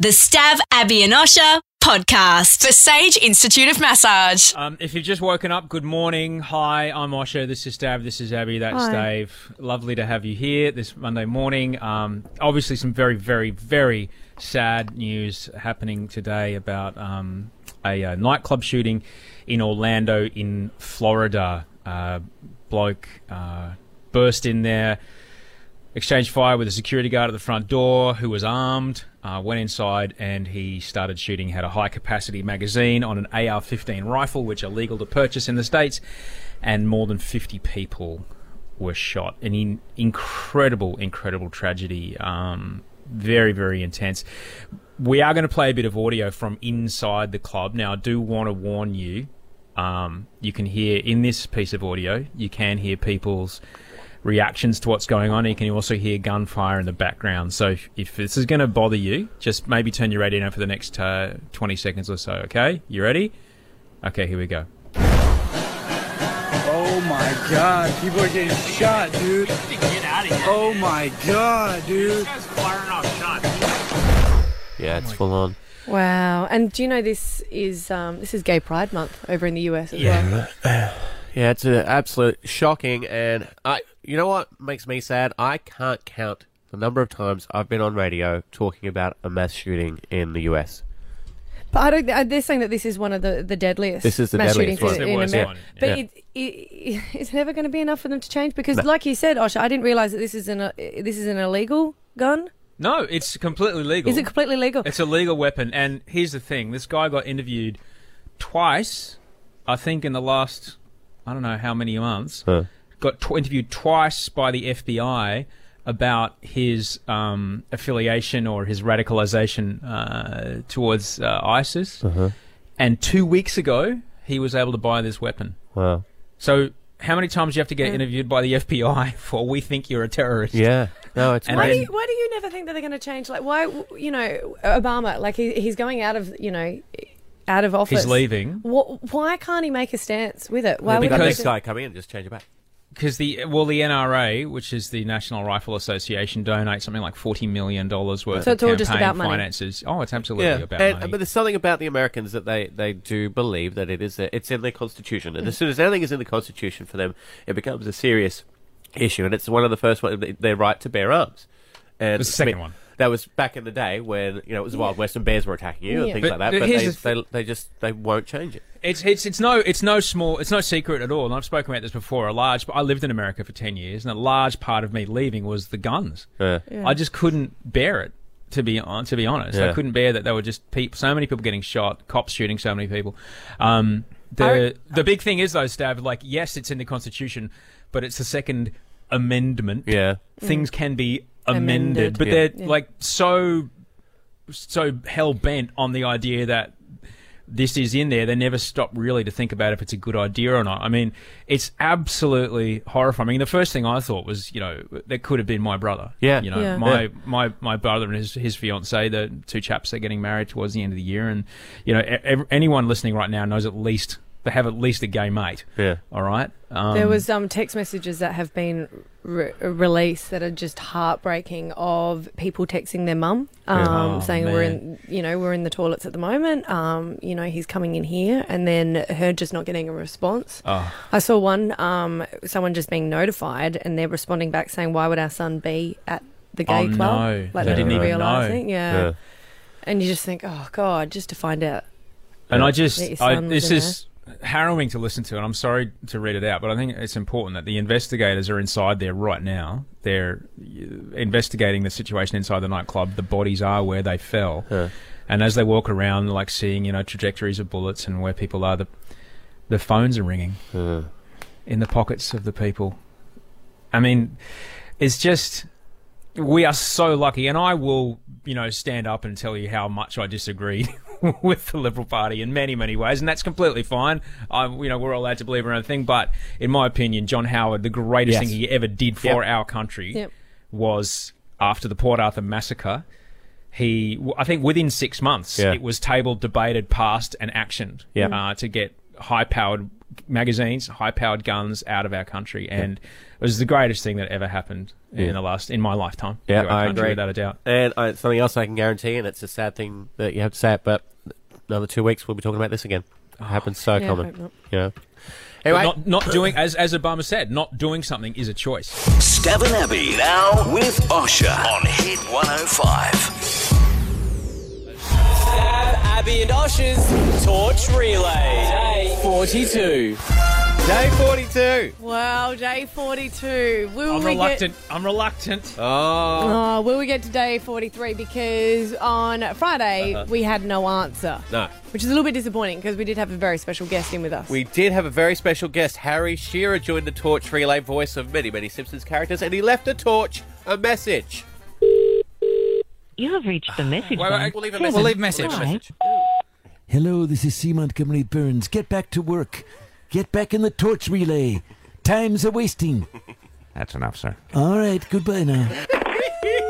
The Stav, Abby and Osha podcast. The Sage Institute of Massage. Um, if you've just woken up, good morning. Hi, I'm Osha. This is Dave. This is Abby. That's Dave. Lovely to have you here this Monday morning. Um, obviously, some very, very, very sad news happening today about um, a uh, nightclub shooting in Orlando, in Florida. Uh, bloke uh, burst in there exchanged fire with a security guard at the front door who was armed, uh, went inside, and he started shooting. Had a high capacity magazine on an AR 15 rifle, which are legal to purchase in the States, and more than 50 people were shot. An in- incredible, incredible tragedy. Um, very, very intense. We are going to play a bit of audio from inside the club. Now, I do want to warn you. Um, you can hear in this piece of audio, you can hear people's reactions to what's going on. You can also hear gunfire in the background. So if, if this is going to bother you, just maybe turn your radio down for the next uh, 20 seconds or so, okay? You ready? Okay, here we go. Oh my god, people are getting shot, dude. Get out of here. Oh my god, dude. That's firing off shots. Yeah, it's full on. Wow. And do you know this is um, this is Gay Pride Month over in the US as well? Yeah, it's an absolute shocking. And I, you know what makes me sad? I can't count the number of times I've been on radio talking about a mass shooting in the U.S. But I don't. uh, They're saying that this is one of the, the deadliest. This is the mass deadliest shootings one. in, It's the in worst America. one, But yeah. it, it, it's never going to be enough for them to change because, like you said, Osha, I didn't realize that this is an uh, this is an illegal gun. No, it's completely legal. Is it completely legal? It's a legal weapon. And here's the thing this guy got interviewed twice, I think, in the last, I don't know how many months. Huh. Got tw- interviewed twice by the FBI about his um, affiliation or his radicalization uh, towards uh, ISIS. Uh-huh. And two weeks ago, he was able to buy this weapon. Wow. So, how many times do you have to get interviewed by the FBI for we think you're a terrorist? Yeah. No, it's And Why do, then- you, why do you never think that they're going to change? Like, why, you know, Obama, like, he, he's going out of, you know, out of office. He's leaving. Wh- why can't he make a stance with it? Why We got would he because- next just- guy coming in, just change it back. because the well the NRA, which is the National Rifle Association, donates something like forty million dollars worth So of it's all campaign just about money. finances. Oh, it's absolutely about and, money. but there's something about the Americans that they, they do believe that it is a, it's in their constitution, and as soon as anything is in the constitution for them, it becomes a serious issue, and it's one of the first one their right to bear arms. And It's the second one. That was back in the day when you know it was the Wild West and bears were attacking you and Yeah. things But like that. th- But they, here's the they, they just they won't change it. It's it's it's no it's no small it's no secret at all. And I've spoken about this before. A large I lived in America for ten years, and a large part of me leaving was the guns. Yeah. I just couldn't bear it. To be on, to be honest, I Yeah. couldn't bear that there were just peop so many people getting shot, cops shooting so many people. Um, the the big thing is though, Stav, like yes, it's in the Constitution, but it's the Second Amendment. Yeah. things can be amended, Amended. but Yeah. they're like so so hell bent on the idea that this is in there. They never stop really to think about if it's a good idea or not. I mean, it's absolutely horrifying. I mean, the first thing I thought was, you know, that could have been my brother. Yeah. you know, Yeah. my Yeah. my my brother and his his fiance, the two chaps, they're getting married towards the end of the year, and you know, e- ev- anyone listening right now knows at least they have at least a gay mate. Yeah. All right. Um, There was um, text messages that have been re- released that are just heartbreaking of people texting their mum, um, Oh, saying we're in, you know, we're in the toilets at the moment. Um, you know, he's coming in here, and then her just not getting a response. Oh. I saw one, um, someone just being notified, and they're responding back saying, "Why would our son be at the gay Oh, club?" no. They didn't even realising, Yeah. Yeah. and you just think, "Oh God," just to find out. And I That your just, I, son this was in is harrowing to listen to, and I'm sorry to read it out, but I think it's important that the investigators are inside there right now. They're uh, investigating the situation inside the nightclub. The bodies are where they fell, Yeah. and as they walk around, like seeing you know trajectories of bullets and where people are, the the phones are ringing Yeah. in the pockets of the people. I mean, it's just we are so lucky, and I will, you know, stand up and tell you how much I disagree with the Liberal Party in many, many ways, and that's completely fine. I, you know, we're all allowed to believe our own thing, but in my opinion, John Howard, the greatest Yes. thing he ever did for our country Yep. was after the Port Arthur massacre. He, w- I think, within six months, Yeah. it was tabled, debated, passed, and actioned Yeah. uh, to get high-powered magazines, high-powered guns out of our country, and it was the greatest thing that ever happened Yeah. in the last in my lifetime. Yeah, to our I country, agree. without a doubt. And uh, something else I can guarantee, and it's a sad thing that you have to say it, but another two weeks we'll be talking about this again. It happens so Yeah, common. hope not. Yeah. Anyway, Not not doing as as Obama said, not doing something is a choice. Stabbin' Abbey now with Osher on Hit 105. Abby and Osh's Torch Relay. Day 42. day 42. Wow, day 42. Will I'm we get reluctant. I'm reluctant. Oh. Oh, will we get to day 43? Because on Friday, we had no answer. Uh-huh. No. Which is a little bit disappointing because we did have a very special guest in with us. We did have a very special guest. Harry Shearer joined the torch relay voice of many, many Simpsons characters, and he left the torch a message. You have reached the message Wait, line. wait, we'll leave a Please message. leave We'll leave a message. Hello, this is C. Montgomery Burns. Get back to work. Get back in the torch relay. Time's a wasting. That's enough, sir. All right, goodbye now.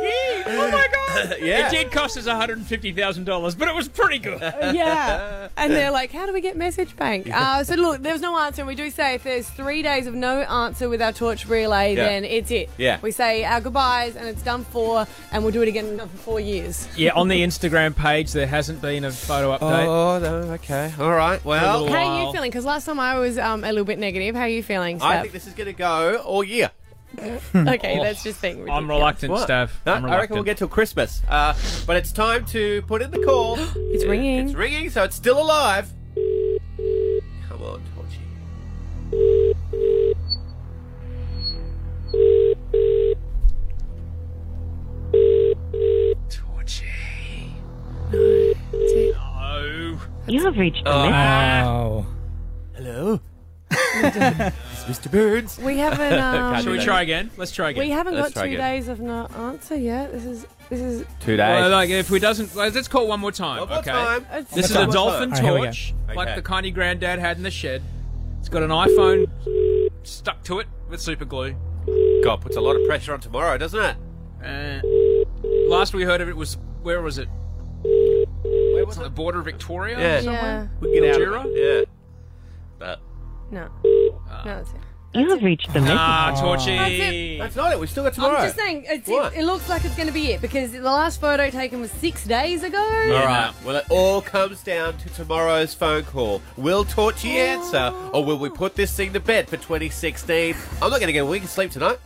oh my god! Yeah. It did cost us one hundred and fifty thousand dollars, but it was pretty good. yeah. And they're like, how do we get message bank? Uh, so look, there was no answer. And we do say if there's three days of no answer with our torch relay, Yeah. then it's it. Yeah. We say our goodbyes and it's done for, and we'll do it again in another four years. Yeah, on the Instagram page there hasn't been a photo update. Oh, no, okay. All right. Well, How are Wow. you feeling? Because last time I was um, a little bit negative. How are you feeling, I Steph? think Oh. this is going to go all year. okay, that's just being ridiculous. I'm reluctant, What? Stav. No, I'm I reckon we'll reluctant. get till Christmas. Uh, but it's time to put in the call. It's ringing. It's ringing, so it's still alive. Come on, Torchy. No. You have reached the Ah. Oh. Hello. it's Mr. Burns. We haven't. Um, Shall we try again? Let's try again. We haven't Let's got try two again. days of no answer yet. This is this is Two days. Well, like if we doesn't, like, let's call one more time. One more okay. time. it's- This is One a more dolphin time. All right, here we torch, go. like Okay. the kind your granddad had in the shed. It's got an iPhone stuck to it with super glue. God, puts a lot of pressure on tomorrow, doesn't it? Uh, last we heard of it was where was it? Where It's on the border of Victoria. Yeah. yeah. We get out. of Jira? it. Yeah. But No. no, that's it. message. You have reached the message. Ah, it. Torchy. that's not it. We've still got I'm tomorrow. just saying, it's, it, What? it looks like it's going to be it because the last photo taken was six days ago. All right. Well, it all comes down to tomorrow's phone call. Will Torchy answer, or will we put this thing to bed for 2016? I'm not going to get a wink of sleep tonight.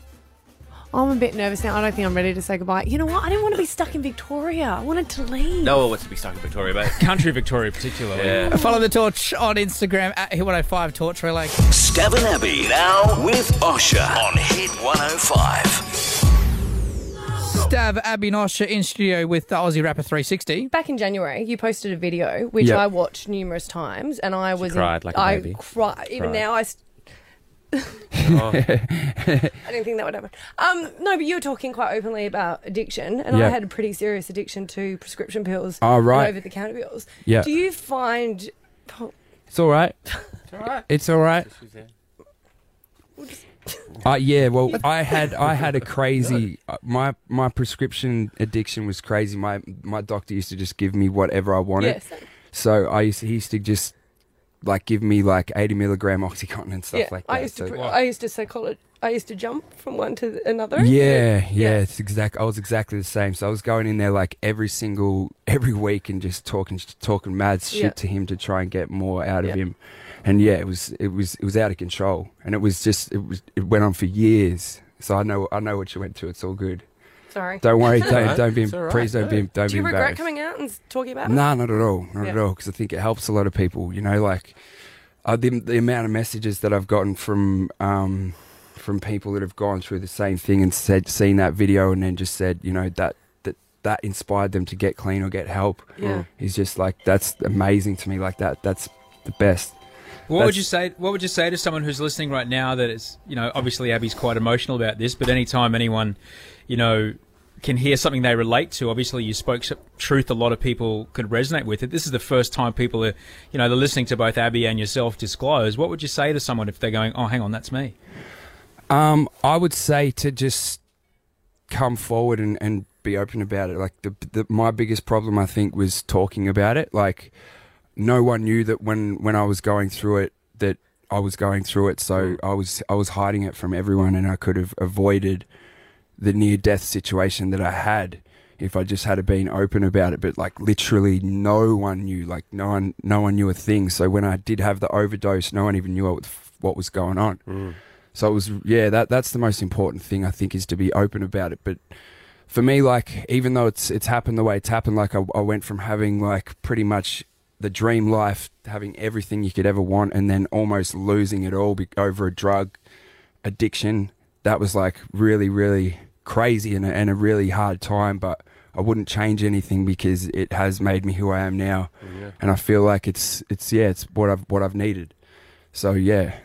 I'm a bit nervous now. I don't think I'm ready to say goodbye. You know what? I didn't want to be stuck in Victoria. I wanted to leave. No one wants to be stuck in Victoria, mate. Country Victoria, particularly. Yeah. Follow the torch on Instagram at Hit 105 Torch Relay. Stabbin' Abbey now with Osher on Hit 105. Stab Abby Nosha in studio with the Aussie Rapper 360. Back in January, you posted a video which I watched numerous times, and I was cried in, like a I baby. cried. Even now, I. St- Oh. I didn't think that would happen. Um, no, but you were talking quite openly about addiction, and I Yeah. had a pretty serious addiction to prescription pills. Oh, right. Over the counter pills. Yeah. Do you find? oh, It's all right. It's all right. Uh, yeah, well, I had I had a crazy uh, my my prescription addiction was crazy. My my doctor used to just give me whatever I wanted. Yes. So I used he used to just like give me like eighty milligram oxycontin and stuff Yeah. like that. I used to. So- Pre- I used to psychology. I used to jump from one to the- another. Yeah, yeah, it's exact. I was exactly the same. So I was going in there like every single every week and just talking talking mad shit Yeah. to him to try and get more out of Yeah. him. And yeah, it was it was it was out of control, and it was just it was it went on for years. So I know I know what you went to. It's all good. Sorry. Don't worry. Don't right. don't be It's all right. please don't be don't Do be you regret embarrassed. coming out and s- talking about it? No, not at all. Not at Yeah. all. Because I think it helps a lot of people. You know, like uh, the the amount of messages that I've gotten from um, from people that have gone through the same thing and said seen that video and then just said, you know, that that that inspired them to get clean or get help. Yeah. Is just like that's amazing to me. Like that that's the best. What would That's- you say? What would you say to someone who's listening right now that it's you know obviously Abby's quite emotional about this, but anytime anyone, you know, can hear something they relate to, obviously you spoke some truth. A lot of people could resonate with it. This is the first time people are, you know, they're listening to both Abby and yourself disclose. What would you say to someone if they're going, oh, hang on, that's me? Um, I would say to just come forward and, and be open about it. Like the, the my biggest problem, I think, was talking about it. Like no one knew that when when I was going through it that I was going through it, so I was I was hiding it from everyone, and I could have avoided the near death situation that I had if I just had been open about it. But like literally, no one knew. Like no one no one knew a thing. So when I did have the overdose, no one even knew what what was going on. So it was yeah. That that's the most important thing I think is to be open about it, but for me, like even though it's it's happened the way it's happened, like I, I went from having like pretty much the dream life, having everything you could ever want, and then almost losing it all be- over a drug addiction. That was like really, really crazy and a, and a really hard time. But I wouldn't change anything because it has made me who I am now, Yeah. and I feel like it's it's yeah, it's what I've what I've needed. So yeah,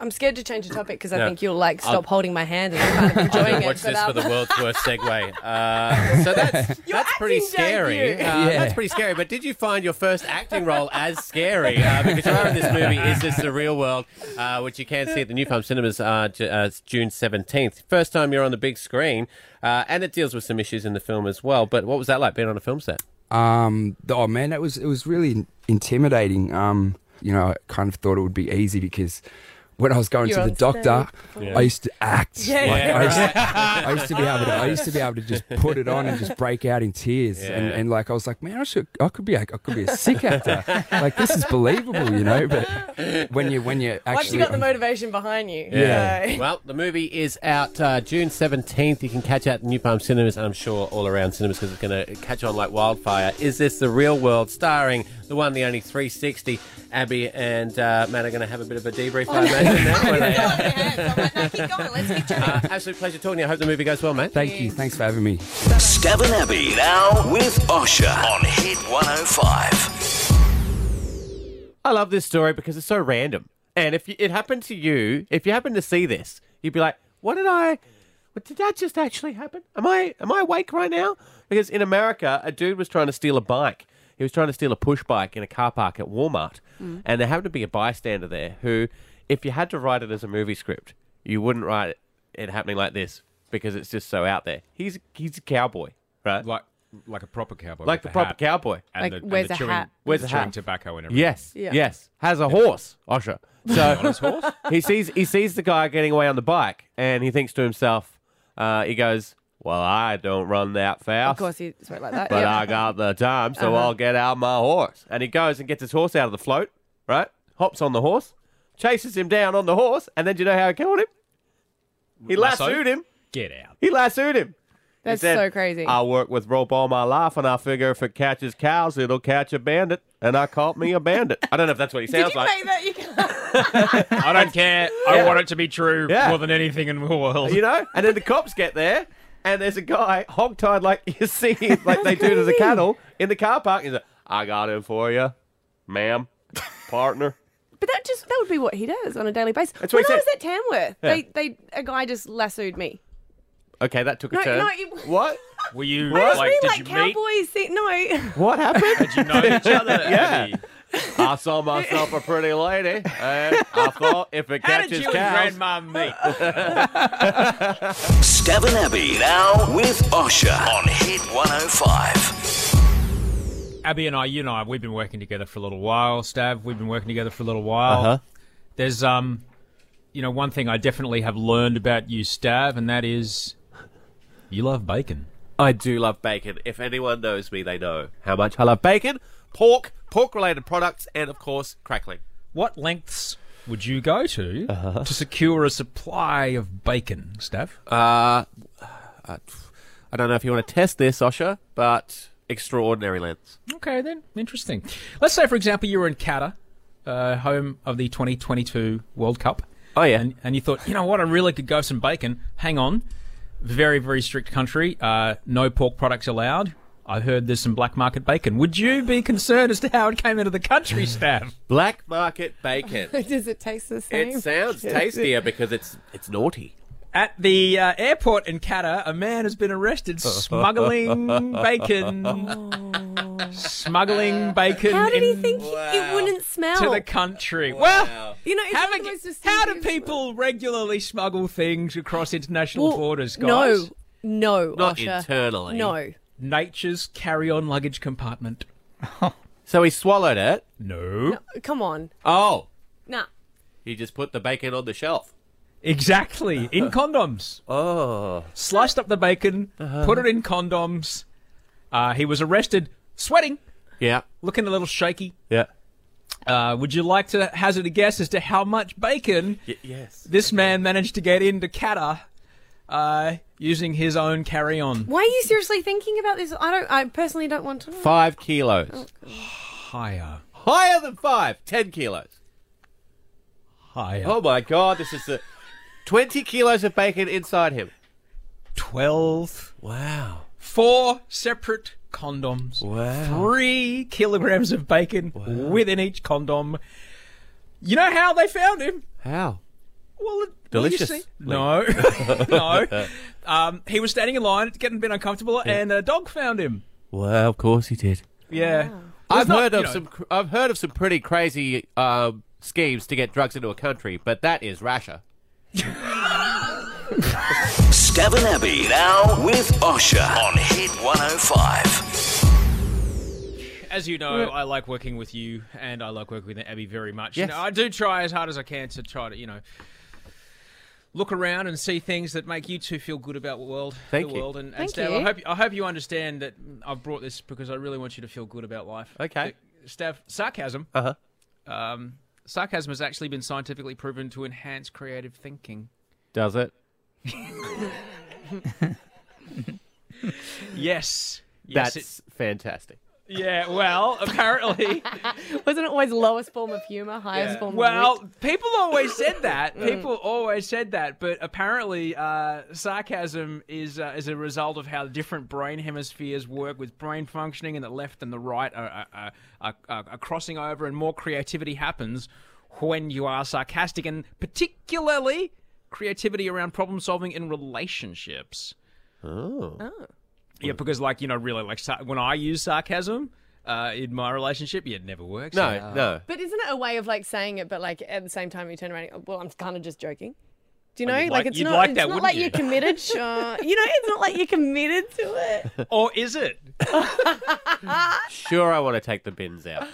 I'm scared to change the topic because I No. think you'll like stop I'll- holding my hand and kind of I'm enjoying gonna it. watch but, this for the um, world's worst segue. Uh, so that's that's pretty scary. debut. Uh, Yeah. That's pretty scary. But did you find your first acting role as scary? Uh, because you are in this movie is this the real world, uh, which you can see at the New Farm Cinemas uh, J- uh, it's June seventeenth. First time you're on the big screen, uh, and it deals with some issues in the film as well. But what was that like being on a film set? Um, th- oh man, that was it was really intimidating. Um, you know, I kind of thought it would be easy because when I was going You're to the on doctor, stage. Yeah. I used to act. Yeah, like, yeah, I, used right. to, I used to be able to. I used to be able to just put it on and just break out in tears. And, Yeah. and like I was like, man, I should. I could be. a- I could be a sick actor. like this is believable, you know. But when you when you actually Once you got the motivation behind you. so- Well, the movie is out uh, June 17th. You can catch it at New Palm Cinemas and I'm sure all around cinemas because it's going to catch on like wildfire. Is This the Real World? Starring the one, the only 360. Abby and uh, Matt are going to have a bit of a debrief, I imagine. now, when they- Uh, Absolute pleasure talking to you. I hope the movie goes well, mate. Thank you. Thanks for having me. Stab and Abby now with Osher on Hit 105. I love this story because it's so random. And if you, it happened to you, if you happen to see this, you'd be like, "What did I? What, did that just actually happen? Am I am I awake right now?" Because in America, a dude was trying to steal a bike. He was trying to steal a push bike in a car park at Walmart, Mm. and there happened to be a bystander there who, if you had to write it as a movie script, you wouldn't write it, it happening like this because it's just so out there. He's he's a cowboy, right? Like like a proper cowboy, like the, with proper hat. cowboy, and the, and the chewing, Where's the a chewing hat? tobacco and everything. Yes, yes. Has a horse, Osher. So On his horse? he sees he sees the guy getting away on the bike, and he thinks to himself, uh, he goes, "Well, I don't run that fast." Of course, you spoke like that. But uh, yeah. I got the time, so Uh-huh. I'll get out my horse. And he goes and gets his horse out of the float, right? Hops on the horse, chases him down on the horse, and then do you know how he killed him? He Lasso? lassoed him. Get out. He lassoed him. He That's said, so crazy. I work with rope all my life, and I figure if it catches cows, it'll catch a bandit. And I caught me a bandit. I don't know if that's what he Did sounds you like. make that? You can't- I don't care. I Yeah. want it to be true Yeah. more than anything in the world. You know? And then the cops get there, and there's a guy hogtied like you see, like they do to the cattle in the car park. He's like, I got him for you, ma'am, partner. But that just that would be what he does on a daily basis. That's when what he I was said. at Tamworth, Yeah. they they a guy just lassoed me. Okay, that took a No, turn. no, you- What? Were you I was really like cowboys. See, no, What happened? Did you know each other? yeah. I saw myself a pretty lady, and I thought if it How did catches you and cows, grandma meet? Stab and Abby now with Osher on Hit 105. Abby and I, you and I, we've been working together for a little while. Stav, we've been working together for a little while. Uh-huh. There's um, you know, one thing I definitely have learned about you, Stav, and that is, you love bacon. I do love bacon. If anyone knows me, they know how much I love bacon, pork, pork related products, and of course, crackling. What lengths would you go to to secure a supply of bacon, Stav? Uh, I I don't know if you want to test this, Osha, but extraordinary lengths. Okay, then interesting. Let's say, for example, you were in Qatar, uh, home of the 2022 World Cup. Oh yeah, and, and you thought, you know what, I really could go for some bacon. Hang on, very very strict country. Uh, no pork products allowed. I heard there's some black market bacon. Would you be concerned as to how it came into the country, Stav? Black market bacon. no. Does it taste the same? It sounds tastier because it's it's naughty. At the uh, airport in Qatar, a man has been arrested smuggling bacon. smuggling bacon How did he in- think it wouldn't smell? to the country. Well, you know, it's have one a of g- those just how do people regularly smuggle things across international borders, guys? no, no, Not Osher. internally. No, Nature's carry-on luggage compartment. So he swallowed it. No. Uh, come on, Oh, nah. You just put the bacon on the shelf. Exactly. In condoms. Oh. Uh-huh. Sliced up the bacon, put it in condoms. Uh, he was arrested, sweating. Yeah. Looking a little shaky. Yeah. Uh, would you like to hazard a guess as to how much bacon yes. this man managed to get into Qatar uh, using his own carry on? Why are you seriously thinking about this? I don't. I personally don't want to. know. Five kilos. Higher. Higher than five. Ten kilos. Higher. Oh my god, this is the. 20 kilos of bacon inside him. 12. Wow. Four separate condoms. Wow. Three kilograms of bacon within each condom. You know how they found him? How? Well, it- well, you Delicious. see- No, no. Um, he was standing in line, it's getting a bit uncomfortable, and a dog found him. Well, of course he did. Yeah. Well, I've it's not- heard you of know- some. cr- I've heard of some pretty crazy um, schemes to get drugs into a country, but that is Russia. Stab and Abby now with Osher on Hit 105. As you know, I like working with you, and I like working with Abby very much. You Yes. know, I do try as hard as I can to try to, you know, look around and see things that make you two feel good about the world. Thank the you. world. And, and Thank Stav, I you. hope, I hope you understand that I've brought this because I really want you to feel good about life. Okay. Stav, sarcasm. huh. Uh Um, sarcasm has actually been scientifically proven to enhance creative thinking. Does it? Yes. Yes, That's it- fantastic. Yeah, well, apparently. Wasn't it always lowest form of humor, highest form? well, of people always said that. Mm. People always said that, but apparently, uh, sarcasm is uh, is a result of how different brain hemispheres work with brain functioning, and the left and the right are are, are, are, are are crossing over, and more creativity happens when you are sarcastic, and particularly creativity around problem solving in relationships. Oh. Yeah, because like you know, really like sar- when I use sarcasm uh, in my relationship, yeah, it never works. No, Yeah. no. But isn't it a way of like saying it, but like at the same time you turn around? And, go, well, I'm kind of just joking. Do you Oh, know? you'd Like, like- it's you'd not. like it's that, not wouldn't like you? are committed. Sure. You know, it's not like you're committed to it. Or is it? Sure, I want to take the bins out.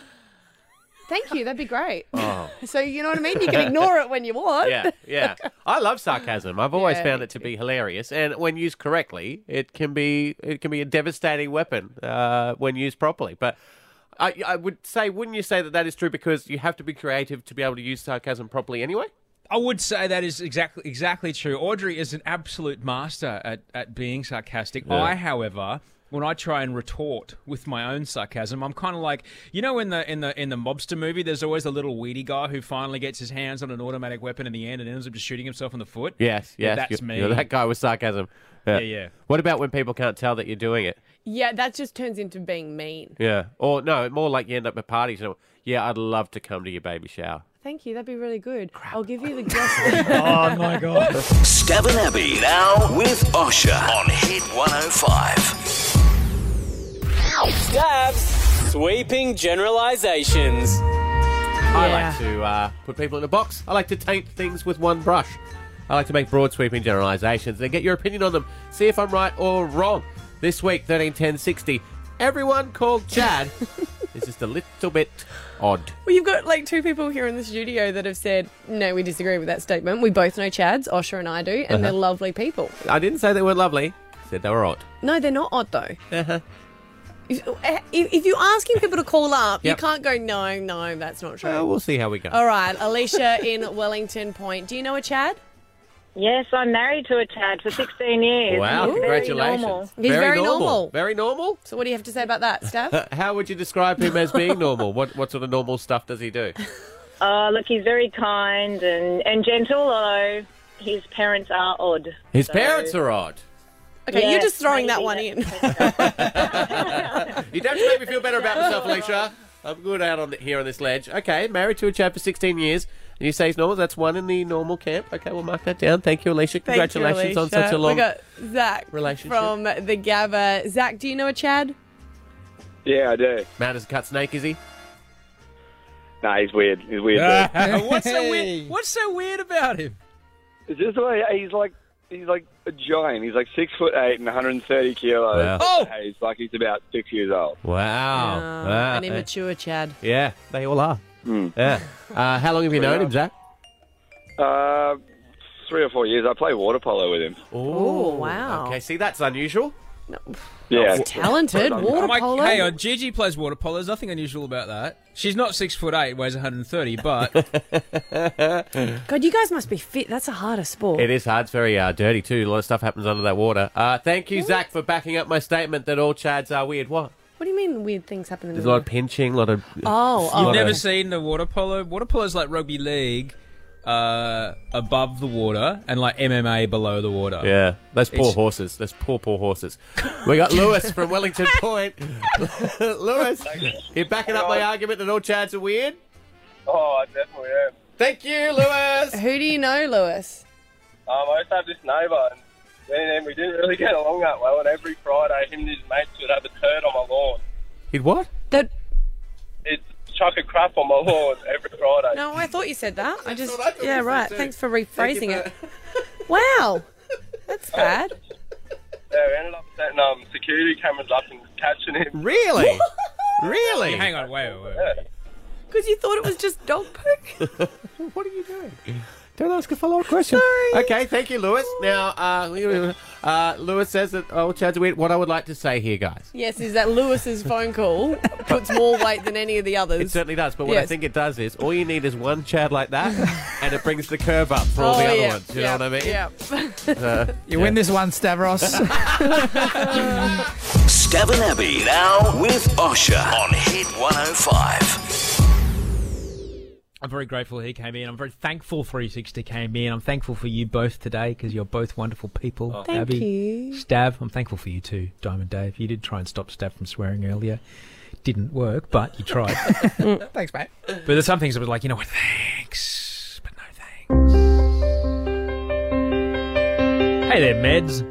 Thank you. That'd be great. Oh. So you know what I mean? You can ignore it when you want. Yeah, yeah. I love sarcasm. I've always Yeah, found me it to be hilarious, and when used correctly, it can be it can be a devastating weapon uh, when used properly. But I, I would say, wouldn't you say that that is true? Because you have to be creative to be able to use sarcasm properly, anyway. I would say that is exactly exactly true. Audrey is an absolute master at, at being sarcastic. Yeah. I, however, when I try and retort with my own sarcasm, I'm kind of like you know in the in the in the mobster movie, there's always the little weedy guy who finally gets his hands on an automatic weapon in the end and ends up just shooting himself in the foot. Yes, Yeah, yes. that's you me. you're that guy with sarcasm. Yeah, yeah. What about when people can't tell that you're doing it? Yeah, that just turns into being mean. Yeah. Or no, more like you end up at parties. You know, yeah, I'd love to come to your baby shower. Thank you. That'd be really good. I'll give you the guest. oh my god. Stab and Abby now with Osher on Hit 105. Stabs. Sweeping generalizations. I like to uh, put people in a box. I like to paint things with one brush. I like to make broad sweeping generalizations and get your opinion on them. See if I'm right or wrong. This week, 131060, everyone called Chad is just a little bit odd. well, you've got like two people here in the studio that have said, no, we disagree with that statement. We both know Chads, Osher and I do, and they're Uh-huh. lovely people. I didn't say they were lovely. I said they were odd. No, they're not odd though. Uh-huh. If, if, if you're asking people to call up, Yep. you can't go, no, no, that's not true. Uh, we'll see how we go. All right, Alicia in Wellington Point. Do you know a Chad? Yes, I'm married to a Chad for 16 years. Wow, He's congratulations. Very normal. He's very, normal. Very normal. So, what do you have to say about that, Steph? Uh, how would you describe him as being normal? What what sort of normal stuff does he do? Uh, look, he's very kind and, and gentle, although his parents are odd. His So- parents are odd. Okay, you're Yes, just throwing that maybe one in. You don't make me feel better about myself, Alicia. I'm good out on the, here on this ledge. Okay, married to a chap for 16 years, and you say he's normal. That's one in the normal camp. Okay, we'll mark that down. Thank you, Alicia. Thank you, Congratulations on such Alicia. a long. We got Zach relationship. from the Gabba. Zach, do you know a Chad? Yeah, I do. Mad as a cut snake, is he? Nah, he's weird. He's weird. dude. what's so weird? What's so weird about him? It's just the way he's like. He's like a giant. He's like six foot eight and 130 kilos. Wow. Oh! Hey, He's like he's about six years old. Wow. Ah, An immature Chad. Hmm. Uh, Yeah, they all are. Yeah. Uh, how long have you known him, Zach? Uh, three or four years. I play water polo with him. Oh, wow. Okay, see, that's unusual. Yeah. Mike, Hey, uh, Gigi plays water polo. There's nothing unusual about that. She's not six foot eight, weighs 130, but. God, you guys must be fit. That's a harder sport. It is hard. It's very uh, dirty too. A lot of stuff happens under that water. Uh, thank you, Zach, for backing up my statement that all Chads are weird. What? What do you mean weird things happen in the There's a lot of pinching, a lot of. Oh, You've oh. never okay. seen the water polo. Water polo is like rugby league uh, above the water and like MMA below the water. Yeah, those poor It's- horses. Those poor, poor horses. We got Lewis from Wellington Point. Lewis, you're backing up my argument that all Chads are weird. Oh, I definitely am. Thank you, Lewis. Who do you know, Lewis? Um, I used to have this neighbour, and me and him, we didn't really get along that well. And every Friday, him and his mates would have a turd on my lawn. He'd what? It's chuck a crap on my lawn every Friday. No, I thought you said that. I just what I thought yeah, you said right. too. Thanks for Thank you rephrasing it. wow, that's bad. Yeah, we ended up setting um, security cameras up and catching him. Really? really? Yeah, hang on, wait, wait, wait. Because you thought it was just dog poop. what are you doing? Don't ask a follow-up question. Okay, thank you, Lewis. Now, uh, uh, Lewis says that all Chads are weird. What I would like to say here, guys. Yes, is that Lewis's phone call puts more weight than any of the others? It certainly does, but what I Yes. think it does is all you need is one Chad like that, and it brings the curve up for all Oh, the other yeah, ones. You yeah, know what I mean? Yeah. Uh, You win this one, Stavros. Stabbin' Abbey now with Osher on Hit 105. I'm very grateful he came in. I'm very thankful 360 came in. I'm thankful for you both today because you're both wonderful people. Thank Abby, you. Stav, I'm thankful for you too, Diamond Dave. You did try and stop Stav from swearing earlier. Didn't work, but you tried. but Thanks, mate. there's some things that was like, you know what, thanks, but no thanks. Hey there, meds.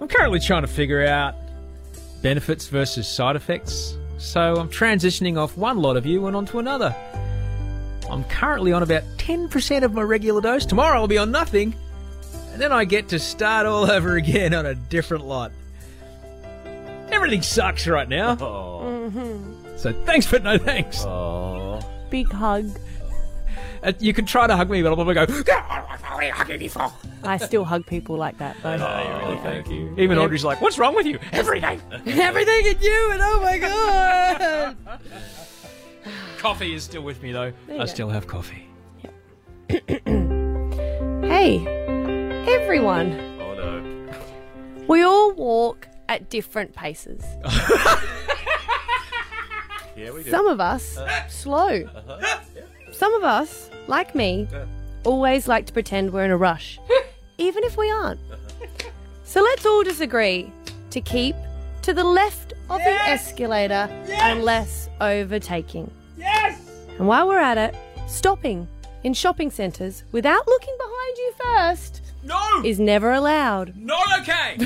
I'm currently trying to figure out benefits versus side effects, so I'm transitioning off one lot of you and onto another. I'm currently on about 10% of my regular dose. Tomorrow I'll be on nothing, and then I get to start all over again on a different lot. Everything sucks right now. Mm-hmm. So thanks, but no thanks. Big hug. Uh, You can try to hug me, but I'll probably go. I still hug people like that though. thank you. Even Audrey's like, "What's wrong with you?" Everything. Everything in you, and oh my god. Coffee is still with me though. There you I go. still have coffee. Hey, everyone. Oh no. We all walk at different paces. Yeah, we Uh-huh. Some of us slow. Some of us, like me, always like to pretend we're in a rush, even if we aren't. Uh-huh. So let's all just agree to keep to the left of the escalator unless overtaking. Yes! And while we're at it, stopping in shopping centres without looking behind you first no! is never allowed. Not okay.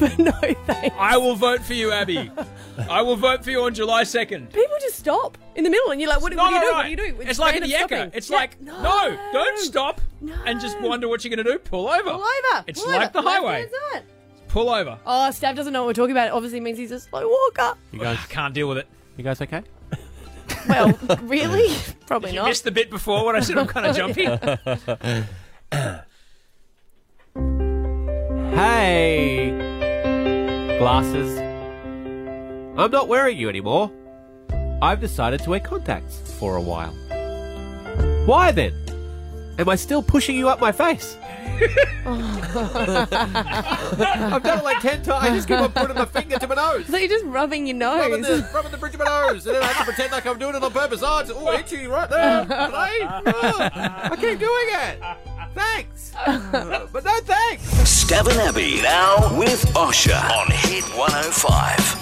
But no thanks. I will vote for you, Abby. I will vote for you on July second. People just stop in the middle and you're like, what, what do you do? Not What do you alright. do? It's, like in the random Yakka. stopping. It's Yeah. like, no, don't stop and just wonder what you're going to do. Pull over. Pull over. It's Pull like over. the highway. Left-hand side. Pull over. Oh, Stav doesn't know what we're talking about. It obviously means he's a slow walker. You guys can't deal with it. You guys okay? Well, really? Probably Did you not. miss the bit before when I said I'm Oh. kind of jumpy? hey, glasses. I'm not wearing you anymore. I've decided to wear contacts for a while. Why then? Am I still pushing you up my face? I've done it like ten times. I just keep on putting my finger to my nose. So you're just rubbing your nose. Rubbing the, rubbing the bridge of my nose, and then I have to pretend like I'm doing it on purpose. Oh, it's all itchy right there. Right? Oh, I keep doing it. Thanks. But no thanks. oh Stabbin' Abbey now with Osher on Hit 105.